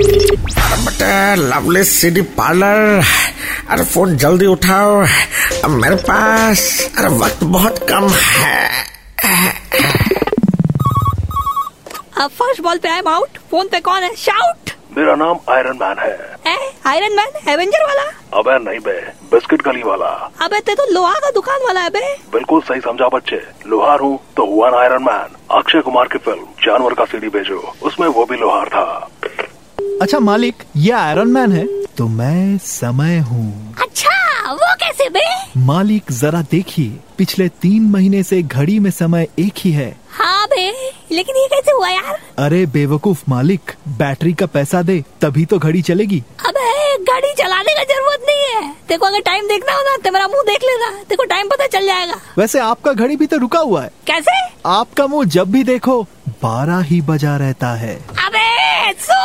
but lovely CD parlour अरे phone जल्दी उठाओ अब मेरे पास अरे वक्त बहुत कम है अब फर्स्ट बॉल पे आई एम आउट फोन पे कौन है शाउट मेरा नाम आयरन मैन है ए आयरन मैन एवेंजर वाला अबे नहीं बे बिस्किट गली वाला अबे ते तो लोहा का दुकान वाला है बे बिल्कुल सही समझा बच्चे लोहार हूँ तो हुआ ना आयरन मैन अक्षय कुमार की फिल्म जानवर का सीडी भेजो उसमें वो भी लोहार था अच्छा मालिक ये आयरन मैन है तो मैं समय हूँ अच्छा वो कैसे बे मालिक जरा देखिए पिछले तीन महीने से घड़ी में समय एक ही है हाँ बे लेकिन ये कैसे हुआ यार अरे बेवकूफ मालिक बैटरी का पैसा दे तभी तो घड़ी चलेगी अबे गाड़ी चलाने का जरूरत नहीं है तेरे को अगर टाइम देखना हो ना तो मेरा मुंह देख लेना तेरे को टाइम पता चल जाएगा वैसे आपका घड़ी भी तो रुका हुआ है कैसे आपका मुंह जब भी देखो बारह ही बजा रहता है अबे सुन